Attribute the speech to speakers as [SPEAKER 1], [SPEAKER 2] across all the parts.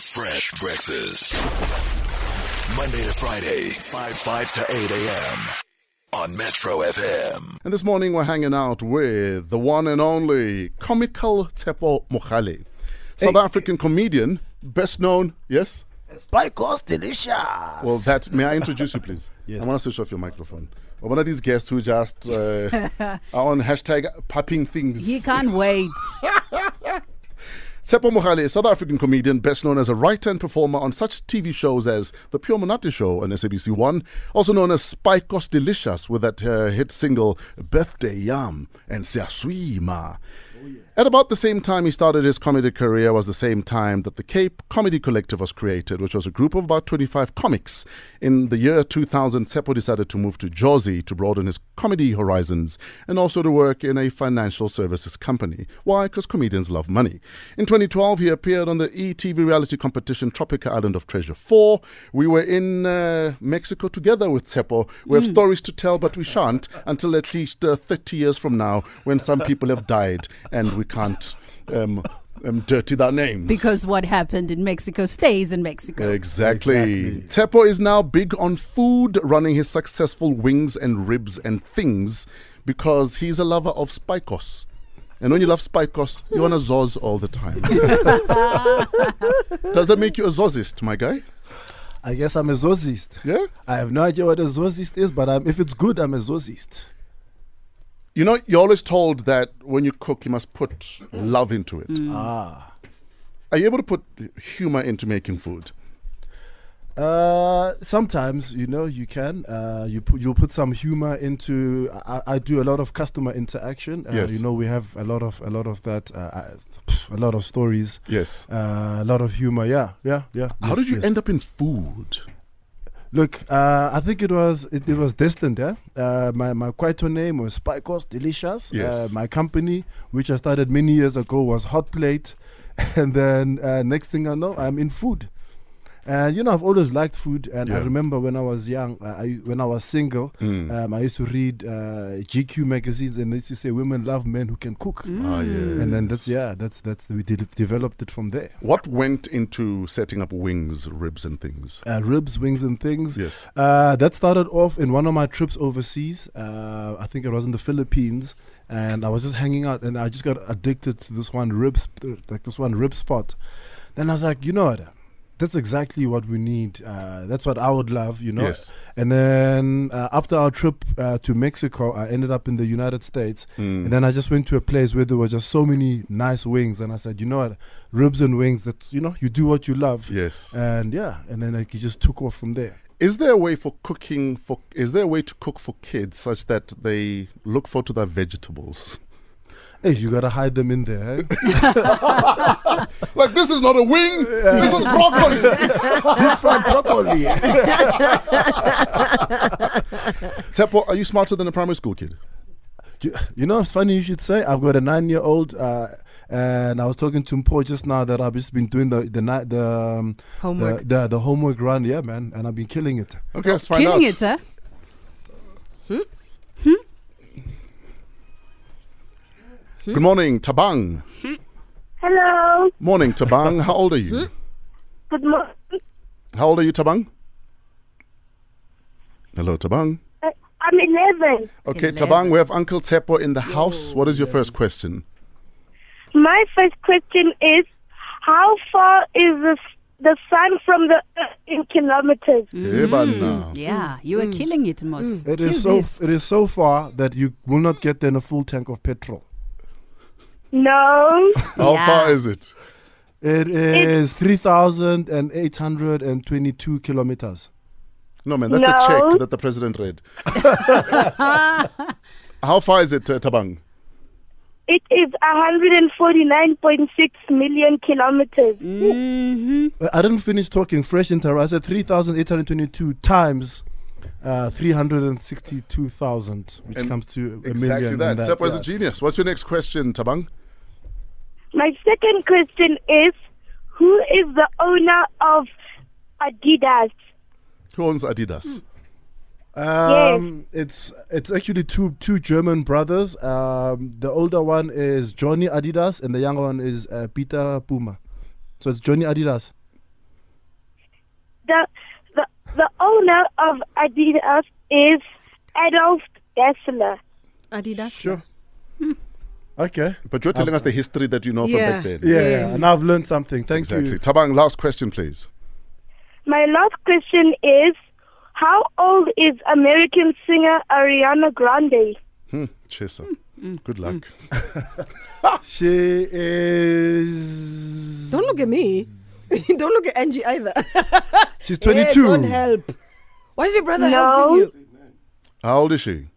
[SPEAKER 1] Fresh breakfast. Monday to Friday, 5 5 to 8 a.m. on Metro FM.
[SPEAKER 2] And this morning we're hanging out with the one and only comical Tepo Mokhale, South African comedian, best known, yes?
[SPEAKER 3] Spikos delicious.
[SPEAKER 2] Well, that, may I introduce you, please? I want to switch off your microphone. We're One of these guests who just uh, are on hashtag popping things.
[SPEAKER 4] He can't wait.
[SPEAKER 2] Tepo Mokhale, South African comedian, best known as a writer and performer on such TV shows as The Pure Monate Show on SABC One, also known as Spikos Delicious with that uh, hit single Birthday Yam and Siaswima. At about the same time he started his comedy career was the same time that the Cape Comedy Collective was created, which was a group of about 25 comics. In the year 2000, Seppo decided to move to Jersey to broaden his comedy horizons and also to work in a financial services company. Why? Because comedians love money. In 2012, he appeared on the ETV reality competition Tropica Island of Treasure 4. We were in uh, Mexico together with Seppo. We have stories to tell, but we shan't until at least uh, 30 years from now when some people have died and we can't um, um, dirty their names.
[SPEAKER 4] Because what happened in Mexico stays in Mexico.
[SPEAKER 2] Exactly. Tepo is now big on food, running his successful wings and ribs and things because he's a lover of spikos. And when you love spikos, you want to zoz all the time. Does that make you a zozist, my guy?
[SPEAKER 3] I guess I'm a zoozist.
[SPEAKER 2] Yeah?
[SPEAKER 3] I have no idea what a zoozist is, but I'm, if it's good, I'm a zoozist.
[SPEAKER 2] You know, you're always told that when you cook, you must put love into it.
[SPEAKER 3] Mm.
[SPEAKER 2] Ah. Are you able to put humor into making food?
[SPEAKER 3] Uh, sometimes you know you can. Uh, you put you put some humor into. I, I do a lot of customer interaction. Uh,
[SPEAKER 2] Yes.
[SPEAKER 3] You know we have a lot of a lot of that. Uh, uh, a lot of stories.
[SPEAKER 2] Yes.
[SPEAKER 3] Uh, a lot of humor. Yeah, yeah, yeah.
[SPEAKER 2] How did you end up in food?
[SPEAKER 3] Look, uh, I think it was it, it was destined. Yeah, uh, my my Kwaito name was Spikos Delicious. Uh,
[SPEAKER 2] Yes.
[SPEAKER 3] my company, which I started many years ago, was Hot Plate, and then uh, next thing I know, I'm in food. And you know, I've always liked food. And I
[SPEAKER 2] Yeah. Mm.
[SPEAKER 3] remember when I was young, uh, I, when I was single, um, I used to read uh, GQ magazines, and they used to say women love men who can cook.
[SPEAKER 2] Ah, yeah.
[SPEAKER 3] Mm. And then that's yeah, that's that's we de- developed it from there.
[SPEAKER 2] What went into setting up wings, ribs, and things?
[SPEAKER 3] uh, ribs, wings, and things.
[SPEAKER 2] Yes.
[SPEAKER 3] Uh, that started off in one of my trips overseas. Uh, I think it was in the Philippines, and I was just hanging out, and I just got addicted to this one rib, sp- like this one rib spot. Then I was like, you know what? That's exactly what we need. Uh, that's what I would love, you know.
[SPEAKER 2] Yes.
[SPEAKER 3] And then uh, after our trip uh, to Mexico, I ended up in the United States.
[SPEAKER 2] Mm.
[SPEAKER 3] And then I just went to a place where there were just so many nice wings. And I said, you know what? Ribs and wings, that, you know, you do what you love.
[SPEAKER 2] Yes. Uh,
[SPEAKER 3] And yeah, and then like, he just took off from there.
[SPEAKER 2] Is there a way for cooking for? Is there a way to cook for kids such that they look forward to their vegetables?
[SPEAKER 3] Hey, you gotta hide them in there. eh?
[SPEAKER 2] Like this is not a wing. This is broccoli.
[SPEAKER 3] Deep fried broccoli.
[SPEAKER 2] Seppo, are you smarter than a primary school kid?
[SPEAKER 3] you, you know, it's funny you should say. I've got a nine-year-old, uh, and I was talking to Mpo just now that I've just been doing the the night the um,
[SPEAKER 4] Homework.
[SPEAKER 3] the, the the homework run. Yeah, man, and I've been killing it.
[SPEAKER 2] Okay, let's find
[SPEAKER 4] Killing
[SPEAKER 2] out.
[SPEAKER 4] it, huh?
[SPEAKER 2] Good morning, Tabang.
[SPEAKER 5] Hello.
[SPEAKER 2] Morning, Tabang. How old are you?
[SPEAKER 5] Good morning.
[SPEAKER 2] How old are you, Tabang? Hello, Tabang.
[SPEAKER 5] I'm 11.
[SPEAKER 2] Okay,
[SPEAKER 4] Eleven.
[SPEAKER 2] Tabang. We have Uncle Tepo in the house. What is your first question?
[SPEAKER 5] My first question is how far is the, the sun from the earth in kilometers?
[SPEAKER 2] Eh, bana.
[SPEAKER 4] Yeah, you are killing it, Moss.
[SPEAKER 3] It is so it is so far that you will not get there in a full tank of petrol.
[SPEAKER 5] No.
[SPEAKER 2] How
[SPEAKER 4] Yeah.
[SPEAKER 2] far is it?
[SPEAKER 3] It is three thousand and eight hundred and twenty-two kilometers.
[SPEAKER 2] No, man, that's a
[SPEAKER 5] No.
[SPEAKER 2] check that the president read. How far is it, uh, Tabang?
[SPEAKER 5] it is 149.6 million kilometers.
[SPEAKER 4] Mm-hmm.
[SPEAKER 3] Uh, I didn't finish talking. Fresh into I said 3,822 times uh, 362,000, which
[SPEAKER 2] And
[SPEAKER 3] comes to a
[SPEAKER 2] Exactly
[SPEAKER 3] million.
[SPEAKER 2] that.
[SPEAKER 3] and
[SPEAKER 2] that. was a genius. What's your next question, Tabang?
[SPEAKER 5] My second question is who is the owner of Adidas?
[SPEAKER 2] Who owns Adidas?
[SPEAKER 3] yeah. um, it's it's actually two two German brothers. Um, the older one is Johnny Adidas, and the younger one is uh, Peter Puma. So it's Johnny Adidas.
[SPEAKER 5] the the, the owner of Adidas is Adolf Dassler.
[SPEAKER 6] Adidas.
[SPEAKER 3] Sure. Okay.
[SPEAKER 2] But you're telling us the history that you know from back
[SPEAKER 6] Yeah.
[SPEAKER 2] then.
[SPEAKER 3] Yeah,
[SPEAKER 6] Yes.
[SPEAKER 3] and I've learned something. Thank
[SPEAKER 2] Exactly.
[SPEAKER 3] you.
[SPEAKER 2] Tabang, last question, please.
[SPEAKER 5] My last question is, how old is American singer Ariana Grande?
[SPEAKER 2] Hmm. Chaser. Good luck.
[SPEAKER 3] She is.
[SPEAKER 6] Don't look at me. don't look at Angie either.
[SPEAKER 3] She's
[SPEAKER 6] Yeah,
[SPEAKER 3] 22.
[SPEAKER 6] don't help. Why is your brother
[SPEAKER 5] No.
[SPEAKER 6] helping you?
[SPEAKER 2] How old is she?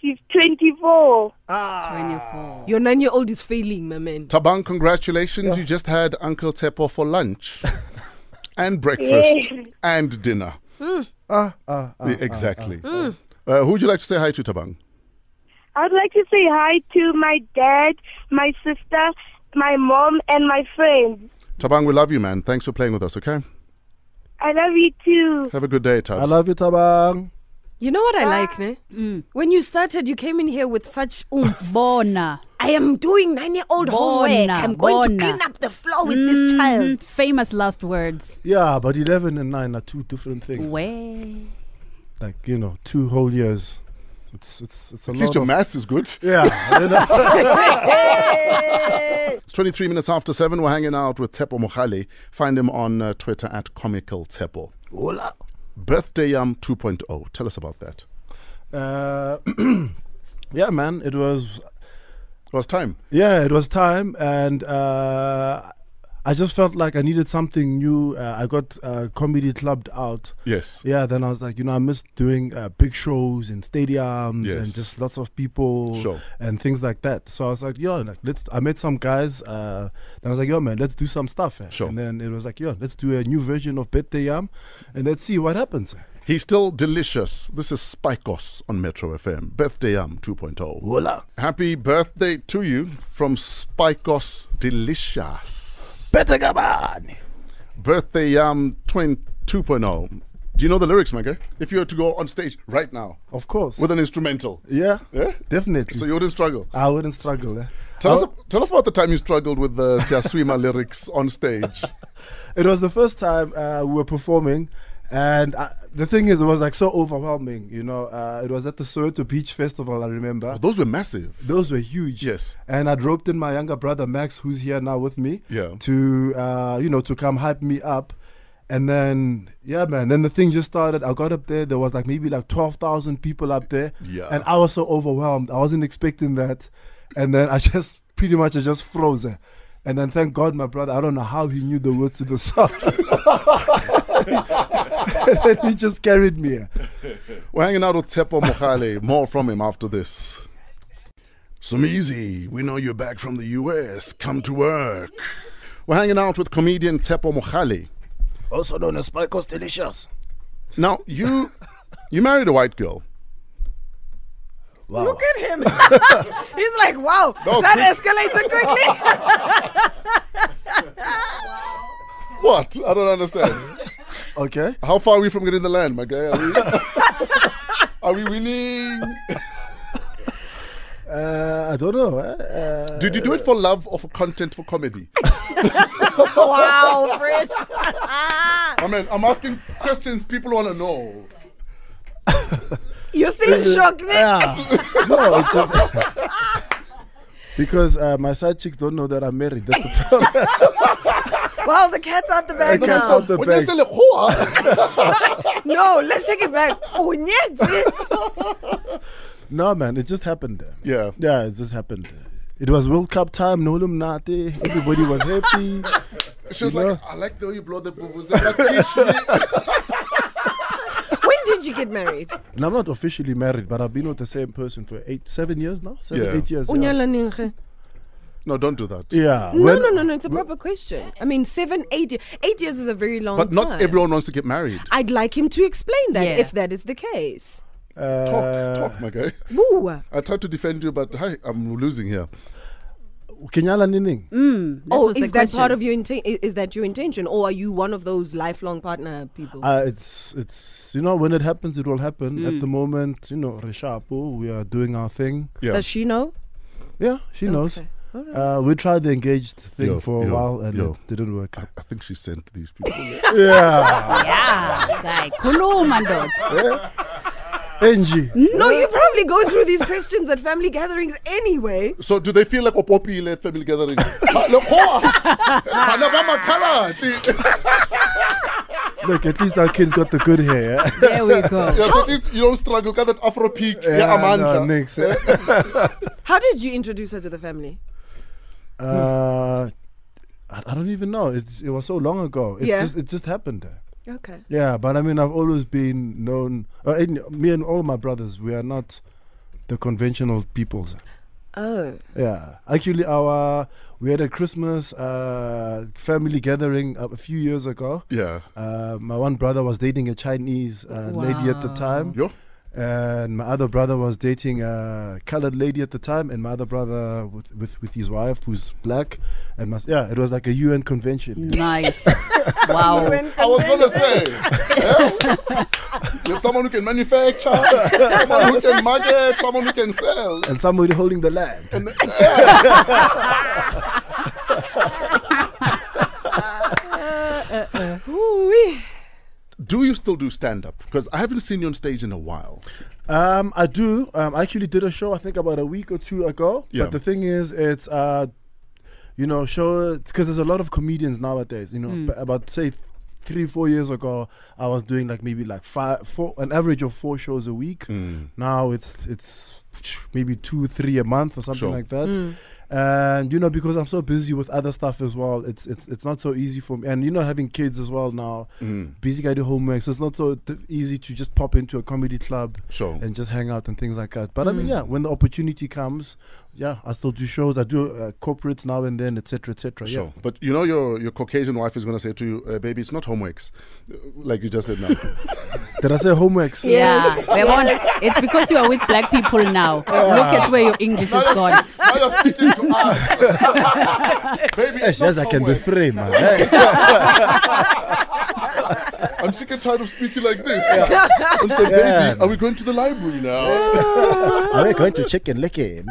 [SPEAKER 5] She's 24.
[SPEAKER 4] 24.
[SPEAKER 6] Your nine-year-old is failing, my man.
[SPEAKER 2] Tabang, congratulations. You just had Uncle Tepo for lunch and breakfast
[SPEAKER 5] Yay.
[SPEAKER 2] and dinner.
[SPEAKER 3] Ah, ah, ah.
[SPEAKER 2] exactly. Uh, who would you like to say hi to, Tabang?
[SPEAKER 5] I would like to say hi to my dad, my sister, my mom, and my friends.
[SPEAKER 2] Tabang, we love you, man. Thanks for playing with us, okay?
[SPEAKER 5] I love you too.
[SPEAKER 2] Have a good day, Tabs.
[SPEAKER 3] I love you, Tabang.
[SPEAKER 6] You know what
[SPEAKER 4] Ah.
[SPEAKER 6] I like, ne?
[SPEAKER 4] Mm.
[SPEAKER 6] When you started, you came in here with such oomph.
[SPEAKER 4] Bona.
[SPEAKER 6] I am doing nine-year-old homework.
[SPEAKER 4] Bona,
[SPEAKER 6] I'm going
[SPEAKER 4] bona.
[SPEAKER 6] to clean up the floor with this child.
[SPEAKER 4] Mm, Famous last words.
[SPEAKER 3] Yeah, but 11 and 9 are two different things.
[SPEAKER 4] Way.
[SPEAKER 3] Like, you know, two whole years. It's it's it's a
[SPEAKER 2] At
[SPEAKER 3] lot.
[SPEAKER 2] least your
[SPEAKER 3] of-
[SPEAKER 2] maths is good.
[SPEAKER 3] yeah. you know.
[SPEAKER 2] It's 23 minutes after 7. We're hanging out with Tepo Mohale. Find him on uh, Twitter at Comical Tepo. Hola. Birthday um, Yam 2.0. oh. Tell us about that.
[SPEAKER 3] Uh, yeah, man. It was
[SPEAKER 2] It was time.
[SPEAKER 3] Yeah, it was time, and uh, I just felt like I needed something new. Uh, I got uh, comedy clubbed out.
[SPEAKER 2] Yes.
[SPEAKER 3] Yeah, then I was like, you know, I missed doing uh, big shows in stadiums
[SPEAKER 2] Yes.
[SPEAKER 3] and just lots of people
[SPEAKER 2] Sure.
[SPEAKER 3] and things like that. So I was like, yo, like let's. I met some guys. Uh, then I was like, yo, man, let's do some stuff. eh.
[SPEAKER 2] Sure.
[SPEAKER 3] And then it was like, yo, let's do a new version of Bete Yam, and let's see what happens. eh?
[SPEAKER 2] He's still delicious. This is Spikos on Metro FM. Birthday um, Yam 2.0.
[SPEAKER 3] Voila,
[SPEAKER 2] oh. Happy birthday to you from Spikos Delicious.
[SPEAKER 3] Bete Gabani.
[SPEAKER 2] Birthday um, Yam 2.0. oh. Do you know the lyrics, my guy? If you were to go on stage right now
[SPEAKER 3] Of course.
[SPEAKER 2] with an instrumental,
[SPEAKER 3] yeah,
[SPEAKER 2] Yeah?
[SPEAKER 3] definitely.
[SPEAKER 2] so you wouldn't struggle.
[SPEAKER 3] I wouldn't struggle. eh.
[SPEAKER 2] Tell,
[SPEAKER 3] I
[SPEAKER 2] us,
[SPEAKER 3] w-
[SPEAKER 2] tell us about the time you struggled with the Siaswima lyrics on stage.
[SPEAKER 3] it was the first time uh, we were performing and I, the thing is it was like so overwhelming you know uh, it was at the Soweto Beach Festival I remember
[SPEAKER 2] Those were massive.
[SPEAKER 3] those were huge
[SPEAKER 2] Yes.
[SPEAKER 3] and I'd roped in my younger brother Max who's here now with me
[SPEAKER 2] Yeah.
[SPEAKER 3] to uh, you know to come hype me up and then yeah man then the thing just started I got up there there was like maybe like 12,000 people up there
[SPEAKER 2] Yeah.
[SPEAKER 3] and I was so overwhelmed I wasn't expecting that and then I just pretty much I just froze and then thank God my brother I don't know how he knew the words to the song and he just carried me.
[SPEAKER 2] We're hanging out with Tepo Mohale. More from him after this. Sumizi, we know you're back from the US. Come to work. We're hanging out with comedian Tepo Mohale.
[SPEAKER 3] Also known as Spikos Delicious.
[SPEAKER 2] Now, you you married a white girl.
[SPEAKER 3] Wow.
[SPEAKER 6] Look at him. He's like, wow,
[SPEAKER 2] was
[SPEAKER 6] that
[SPEAKER 2] quick.
[SPEAKER 6] escalated quickly.
[SPEAKER 2] What? I don't understand.
[SPEAKER 3] okay.
[SPEAKER 2] How far are we from getting the land, my guy? Are we, are we winning?
[SPEAKER 3] Uh, I don't know. Uh,
[SPEAKER 2] Did you do it for love or for content for comedy?
[SPEAKER 6] wow, fresh.
[SPEAKER 2] I mean, I'm asking questions people want to know.
[SPEAKER 6] You're still in shock, ne?
[SPEAKER 3] yeah. no, it's just because uh, my side chicks don't know that I'm married. That's the problem.
[SPEAKER 6] Wow, the cat's out the bag
[SPEAKER 3] cat's
[SPEAKER 6] now.
[SPEAKER 3] out the-
[SPEAKER 2] When you
[SPEAKER 3] bag.
[SPEAKER 2] say, like, "Who are-"
[SPEAKER 6] No, let's take it back. Oh, nyetsi.
[SPEAKER 3] no, man, it just happened.
[SPEAKER 2] yeah.
[SPEAKER 3] Yeah, it just happened. It was World Cup time. No luminati. Everybody was happy.
[SPEAKER 2] She was
[SPEAKER 3] You
[SPEAKER 2] like,
[SPEAKER 3] know?
[SPEAKER 2] I like the way you blow the vuvuzela. Teach me.
[SPEAKER 6] when did you get married?
[SPEAKER 3] And I'm not officially married, but I've been with the same person for eight, seven years now. Seven,
[SPEAKER 2] Yeah.
[SPEAKER 3] eight years. Yeah.
[SPEAKER 6] Unyalaninge.
[SPEAKER 2] No, don't do that.
[SPEAKER 3] yeah.
[SPEAKER 6] No,
[SPEAKER 3] when-
[SPEAKER 6] no, no, no. It's a proper question. I mean, seven, eight years. Eight years is a very long
[SPEAKER 2] But not
[SPEAKER 6] time.
[SPEAKER 2] everyone wants to get married.
[SPEAKER 6] I'd like him to explain that
[SPEAKER 4] Yeah.
[SPEAKER 6] if that is the case.
[SPEAKER 2] Talk,
[SPEAKER 3] Uh,
[SPEAKER 2] talk, my guy.
[SPEAKER 6] Boo.
[SPEAKER 2] I tried to defend you, but hi, I'm losing here.
[SPEAKER 3] Kenyala Nining.
[SPEAKER 4] That was
[SPEAKER 6] Oh, is
[SPEAKER 4] the
[SPEAKER 6] that
[SPEAKER 4] question.
[SPEAKER 6] part of your inten- i- Is that your intention, or are you one of those lifelong partner people?
[SPEAKER 3] Uh, it's it's you know when it happens it will happen.
[SPEAKER 6] Mm.
[SPEAKER 3] At the moment, you know, Reshapo, we are doing our thing.
[SPEAKER 2] Yeah.
[SPEAKER 6] Does she know?
[SPEAKER 3] Yeah, she knows.
[SPEAKER 6] Okay.
[SPEAKER 3] Uh, we tried the engaged thing
[SPEAKER 2] Yo,
[SPEAKER 3] for a
[SPEAKER 2] yo,
[SPEAKER 3] while and
[SPEAKER 2] yo.
[SPEAKER 3] it didn't work.
[SPEAKER 2] I, I think she sent these people.
[SPEAKER 3] yeah,
[SPEAKER 4] Yeah, guy. Khuluma, ndoda.
[SPEAKER 3] Angie.
[SPEAKER 6] No, you probably go through these questions at family gatherings anyway.
[SPEAKER 2] so do they feel like opopile at family gatherings? Ha, look, hoa. Bana ba makhalati.
[SPEAKER 3] Look, at least our kids got the good hair. yeah?
[SPEAKER 4] There we go.
[SPEAKER 2] Yeah, so at least you don't struggle. Got that Afro peak. Yeah,
[SPEAKER 3] no,
[SPEAKER 2] Amanda.
[SPEAKER 3] Nix.
[SPEAKER 6] How did you introduce her to the family?
[SPEAKER 3] Uh, I, I don't even know. It, it was so long ago. It
[SPEAKER 6] Yeah.
[SPEAKER 3] just it just happened.
[SPEAKER 6] Okay.
[SPEAKER 3] Yeah, but I mean, I've always been known. Uh, and me and all my brothers, we are not the conventional peoples.
[SPEAKER 6] Oh.
[SPEAKER 3] Yeah, actually, our we had a Christmas uh, family gathering a a few years ago.
[SPEAKER 2] Yeah.
[SPEAKER 3] Uh, my one brother was dating a Chinese uh, lady at the
[SPEAKER 4] Wow.
[SPEAKER 3] time,
[SPEAKER 2] Yo.
[SPEAKER 3] and my other brother was dating a colored lady at the time, and my other brother with with, with his wife who's black, and my, yeah, it was like a UN
[SPEAKER 4] Mm.
[SPEAKER 3] convention.
[SPEAKER 4] Nice. Wow.
[SPEAKER 2] I was gonna say. yeah. you have someone who can manufacture, someone who can market, someone who can sell.
[SPEAKER 3] And somebody holding the land.
[SPEAKER 6] Ooh-wee.
[SPEAKER 2] Do you still do stand up? Because I haven't seen you on stage in a while.
[SPEAKER 3] Um, I do. Um, I actually did a show I think about a week or two ago.
[SPEAKER 2] Yeah.
[SPEAKER 3] But the thing is, it's uh, you know, show because there's a lot of comedians nowadays. You know, but about say th- three, four years ago, I was doing like maybe like five, four, an average of four shows a week.
[SPEAKER 2] Mm.
[SPEAKER 3] Now it's it's maybe two, three a month or something
[SPEAKER 2] Sure.
[SPEAKER 3] like that. And you know, because I'm so busy with other stuff as well, it's it's, it's not so easy for me. And you know, having kids as well now,
[SPEAKER 2] Mm.
[SPEAKER 3] busy guy do homework, so it's not so th- easy to just pop into a comedy club
[SPEAKER 2] Sure. Hmm.
[SPEAKER 3] and just hang out and things like that. But I mean, yeah, when the opportunity comes, yeah, I still do shows. I do uh, corporates now and then, etc., etc.
[SPEAKER 2] Sure.
[SPEAKER 3] Yeah.
[SPEAKER 2] But you know your, your Caucasian wife is gonna say to you, uh, "Baby, it's not homeworks, uh, like you just said now."
[SPEAKER 3] Did I say homeworks?
[SPEAKER 4] Yeah. We want, it's because you are with black people now. Look at where your English is gone.
[SPEAKER 2] now you're speaking to us, baby. It's
[SPEAKER 3] Yes,
[SPEAKER 2] not
[SPEAKER 3] I can be
[SPEAKER 2] homeworks.
[SPEAKER 3] free, man. Hey.
[SPEAKER 2] I'm sick and tired of speaking like this. And so, baby,
[SPEAKER 3] Yeah.
[SPEAKER 2] are we going to the library now?
[SPEAKER 3] Are we going to chicken licking?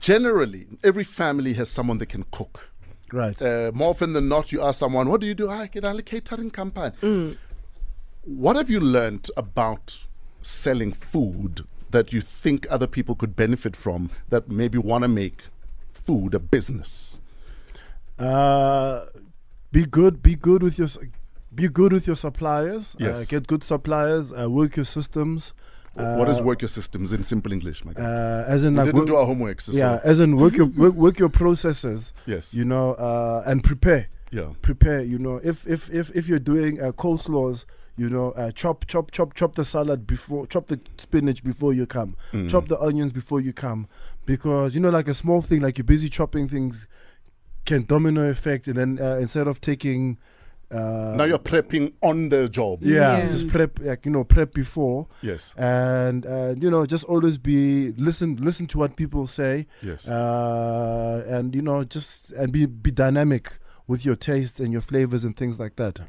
[SPEAKER 2] Generally, every family has someone that can cook.
[SPEAKER 3] Right.
[SPEAKER 2] uh, more often than not, you ask someone, "What do you do?" "Ah, I can a catering company.
[SPEAKER 3] Mm.
[SPEAKER 2] What have you learnt about selling food that you think other people could benefit from that maybe want to make food a business?
[SPEAKER 3] Uh, be good. Be good with your. s- Be good with your suppliers. Uh,
[SPEAKER 2] Yes.
[SPEAKER 3] get good suppliers. Uh, work your systems. Uh,
[SPEAKER 2] what is work your systems in simple English, my guy?
[SPEAKER 3] Uh, as in,
[SPEAKER 2] we
[SPEAKER 3] like,
[SPEAKER 2] didn't
[SPEAKER 3] wo-
[SPEAKER 2] do our homework. So Mm-hmm.
[SPEAKER 3] yeah, as in work your work, work your processes.
[SPEAKER 2] Yes.
[SPEAKER 3] You know, uh, and prepare.
[SPEAKER 2] Yeah.
[SPEAKER 3] Prepare. You know, if if if if you're doing uh, coleslaws. You know, uh, chop, chop, chop, chop the salad before, chop the spinach before you come,
[SPEAKER 2] Mm.
[SPEAKER 3] chop the onions before you come, because you know, like a small thing, like you're busy chopping things, can domino effect, and then uh, instead of taking, uh,
[SPEAKER 2] now you're prepping on the job.
[SPEAKER 3] yeah,
[SPEAKER 6] Yeah.
[SPEAKER 3] just prep, like you know, prep before,
[SPEAKER 2] Yes.
[SPEAKER 3] and uh, you know, just always be listen, listen to what people say,
[SPEAKER 2] Yes.
[SPEAKER 3] uh, and you know just and be be dynamic with your tastes and your flavors and things like that.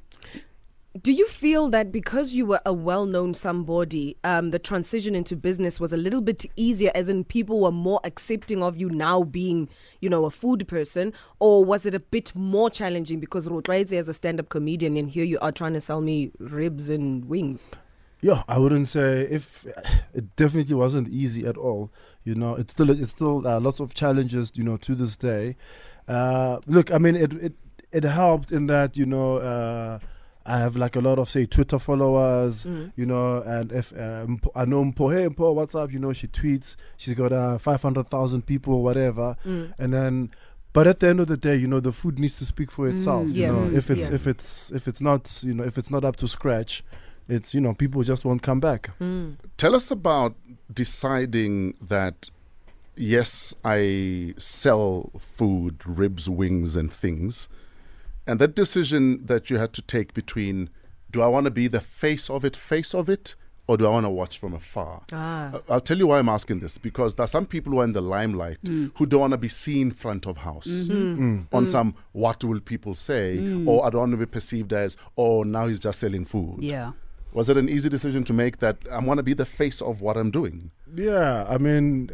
[SPEAKER 6] Do you feel that because you were a well known somebody, um, the transition into business was a little bit easier, as in people were more accepting of you now being, you know, a food person? Or was it a bit more challenging because Rotwaitze as a stand up comedian and here you are trying to sell me ribs and wings?
[SPEAKER 3] Yeah, I wouldn't say if it definitely wasn't easy at all. You know, it's still it's still uh, lots of challenges. You know, to this day. Uh, look, I mean, it it it helped in that you know. Uh, I have like a lot of say Twitter followers,
[SPEAKER 6] Mm.
[SPEAKER 3] you know, and if um, I know Mpo, hey Mpo, what's up? You know, she tweets, she's got uh, five hundred thousand people, whatever,
[SPEAKER 6] Mm.
[SPEAKER 3] and then, but at the end of the day, you know, the food needs to speak for itself. you
[SPEAKER 6] Yeah.
[SPEAKER 3] know,
[SPEAKER 6] Mm.
[SPEAKER 3] if it's
[SPEAKER 6] Yeah.
[SPEAKER 3] if it's if it's not you know if it's not up to scratch, it's you know people just won't come back.
[SPEAKER 2] Tell us about deciding that yes, I sell food, ribs, wings, and things, and that decision that you had to take between do I want to be the face of it, face of it, or do I want to watch from afar?
[SPEAKER 6] Ah.
[SPEAKER 2] Uh, I'll tell you why I'm asking this because there are some people who are in the limelight who don't want to be seen front of house Mm-hmm. on some what will people say, or I don't want to be perceived as, oh, now he's just selling food.
[SPEAKER 4] Yeah.
[SPEAKER 2] Was it an easy decision to make that I want to be the face of what I'm doing?
[SPEAKER 3] Yeah, I mean,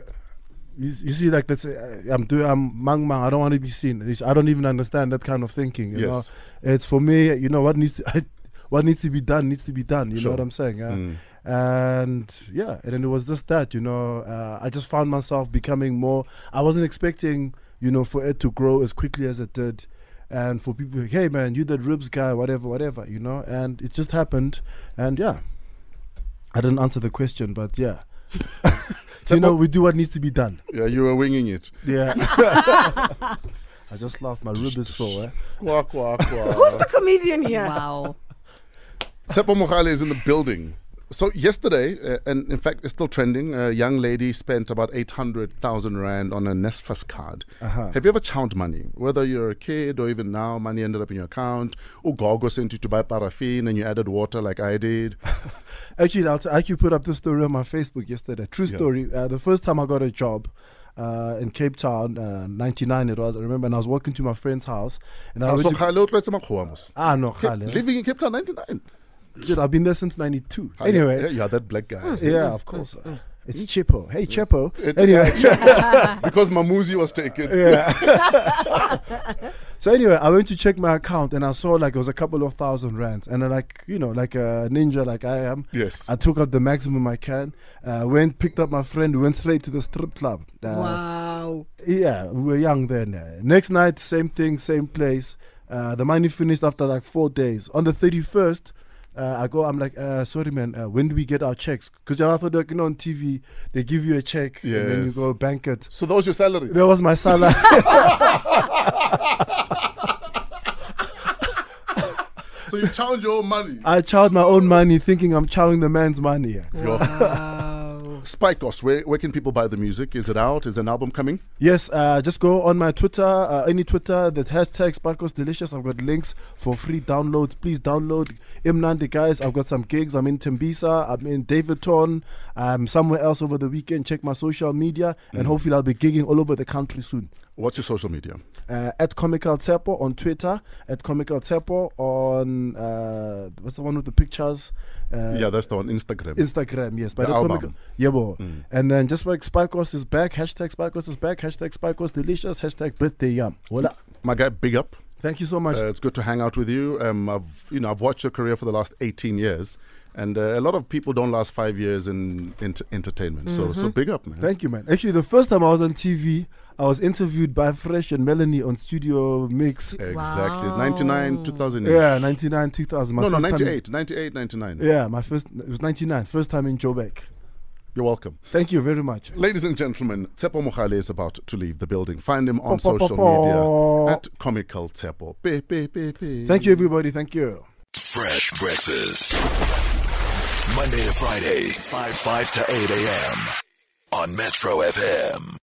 [SPEAKER 3] You, you see, like that's uh, I'm doing I'm mang mang. I don't want to be seen. It's- I don't even understand that kind of thinking. You
[SPEAKER 2] Yes.
[SPEAKER 3] know, it's for me. You know what needs to, what needs to be done needs to be done. You
[SPEAKER 2] Sure. Mm.
[SPEAKER 3] know what I'm saying? Yeah? And yeah, and then it was just that. You know, uh, I just found myself becoming more. I wasn't expecting you know for it to grow as quickly as it did. And for people, hey man, you that ribs guy, whatever, whatever, you know, and it just happened, and yeah, I didn't answer the question, but yeah, you know, we do what needs to be done.
[SPEAKER 2] Yeah, you were winging it.
[SPEAKER 3] Yeah. I just laughed. My rib is full. Eh?
[SPEAKER 2] Kwa, kwa, kwa.
[SPEAKER 6] Who's the comedian here?
[SPEAKER 4] Wow.
[SPEAKER 2] Seppo Mogale is in the building. So yesterday, uh, and in fact, it's still trending. A young lady spent about eight hundred thousand rand on a Nesfast card.
[SPEAKER 3] Uh-huh.
[SPEAKER 2] Have you ever chowned money? Whether you're a kid or even now, money ended up in your account. Ugogo sent you to buy paraffin, and you added water like I did.
[SPEAKER 3] Actually, I'll t- I actually put up this story on my Facebook yesterday. True story. Uh, the first time I got a job uh, in Cape Town, uh, 99 it was, I remember, and I was walking to my friend's house. And I
[SPEAKER 2] Ah,
[SPEAKER 3] was.
[SPEAKER 2] so Khale o tlwaetse makgowa mos.
[SPEAKER 3] Ah, no,
[SPEAKER 2] Ca-
[SPEAKER 3] Khale.
[SPEAKER 2] Living in Cape Town, ninety nine.
[SPEAKER 3] Dude, I've been there since 92. Anyway.
[SPEAKER 2] yeah, you are that black guy.
[SPEAKER 3] Yeah, of course. It's Chepo. Hey, Chepo.
[SPEAKER 2] It-
[SPEAKER 3] Anyway.
[SPEAKER 2] because Mamuzi was taken.
[SPEAKER 3] So anyway, I went to check my account and I saw like it was a couple of thousand rands, and I like you know like a ninja like I am.
[SPEAKER 2] Yes.
[SPEAKER 3] I took out the maximum I can. Uh, went picked up my friend. Went straight to the strip club. Uh,
[SPEAKER 6] Wow.
[SPEAKER 3] Yeah, we were young then. Uh, next night, same thing, same place. Uh, the money finished after like four days. On the thirty first. Uh, I go. I'm like, uh, sorry, man. Uh, when do we get our checks? Because I thought, like, you know, on TV they give you a check and then you
[SPEAKER 2] Yes.
[SPEAKER 3] go bank it.
[SPEAKER 2] So that was your salary.
[SPEAKER 3] That was my salary.
[SPEAKER 2] So you chowned your own money.
[SPEAKER 3] I chowed my own money, thinking I'm chowing the man's money. yeah.
[SPEAKER 2] Spikos, where, where can people buy the music? Is it out? Is an album coming?
[SPEAKER 3] Yes, uh, just go on my Twitter, uh, any Twitter, the hashtag Sparkles Delicious. I've got links for free downloads. Please download Imnandi, guys. I've got some gigs. I'm in Tembisa, I'm in Davidton, I'm somewhere else over the weekend. Check my social media, and hopefully, I'll be gigging all over the country soon.
[SPEAKER 2] What's your social media?
[SPEAKER 3] Uh, at Comical Tepo on Twitter, at Comical Tepo on uh, what's the one with the pictures? Uh,
[SPEAKER 2] yeah, that's the on Instagram.
[SPEAKER 3] Instagram, yes. By
[SPEAKER 2] The
[SPEAKER 3] the
[SPEAKER 2] album. Mm.
[SPEAKER 3] comic, yeah, boy. And then just like Spikos is back, hashtag Spikos is back, hashtag Spikos delicious, hashtag birthday yum. Voila.
[SPEAKER 2] My guy, big up.
[SPEAKER 3] Thank you so much.
[SPEAKER 2] Uh, it's good to hang out with you. Um, I've you know I've watched your career for the last 18 years, and uh, a lot of people don't last five years in, in entertainment. So so big up, man.
[SPEAKER 3] Thank you, man. Actually, the first time I was on TV, I was interviewed by Fresh and Melanie on Studio Mix.
[SPEAKER 2] exactly.
[SPEAKER 6] Wow.
[SPEAKER 2] 99, 2000.
[SPEAKER 3] Yeah, 99, 2000. My
[SPEAKER 2] No, no,
[SPEAKER 3] first time in-
[SPEAKER 2] 98, 98, 99.
[SPEAKER 3] yeah, my first, it was 99, first time in Joburg.
[SPEAKER 2] You're welcome.
[SPEAKER 3] Thank you very much.
[SPEAKER 2] Ladies and gentlemen, Tsepo Mogale is about to leave the building. Find him on
[SPEAKER 3] Po, po, po,
[SPEAKER 2] social
[SPEAKER 3] po.
[SPEAKER 2] media at Comical Tsepo. Be, be, be, be.
[SPEAKER 3] Thank you, everybody. Thank you.
[SPEAKER 1] Fresh breakfast. Monday to Friday, 5 5 to 8 a.m. on Metro FM.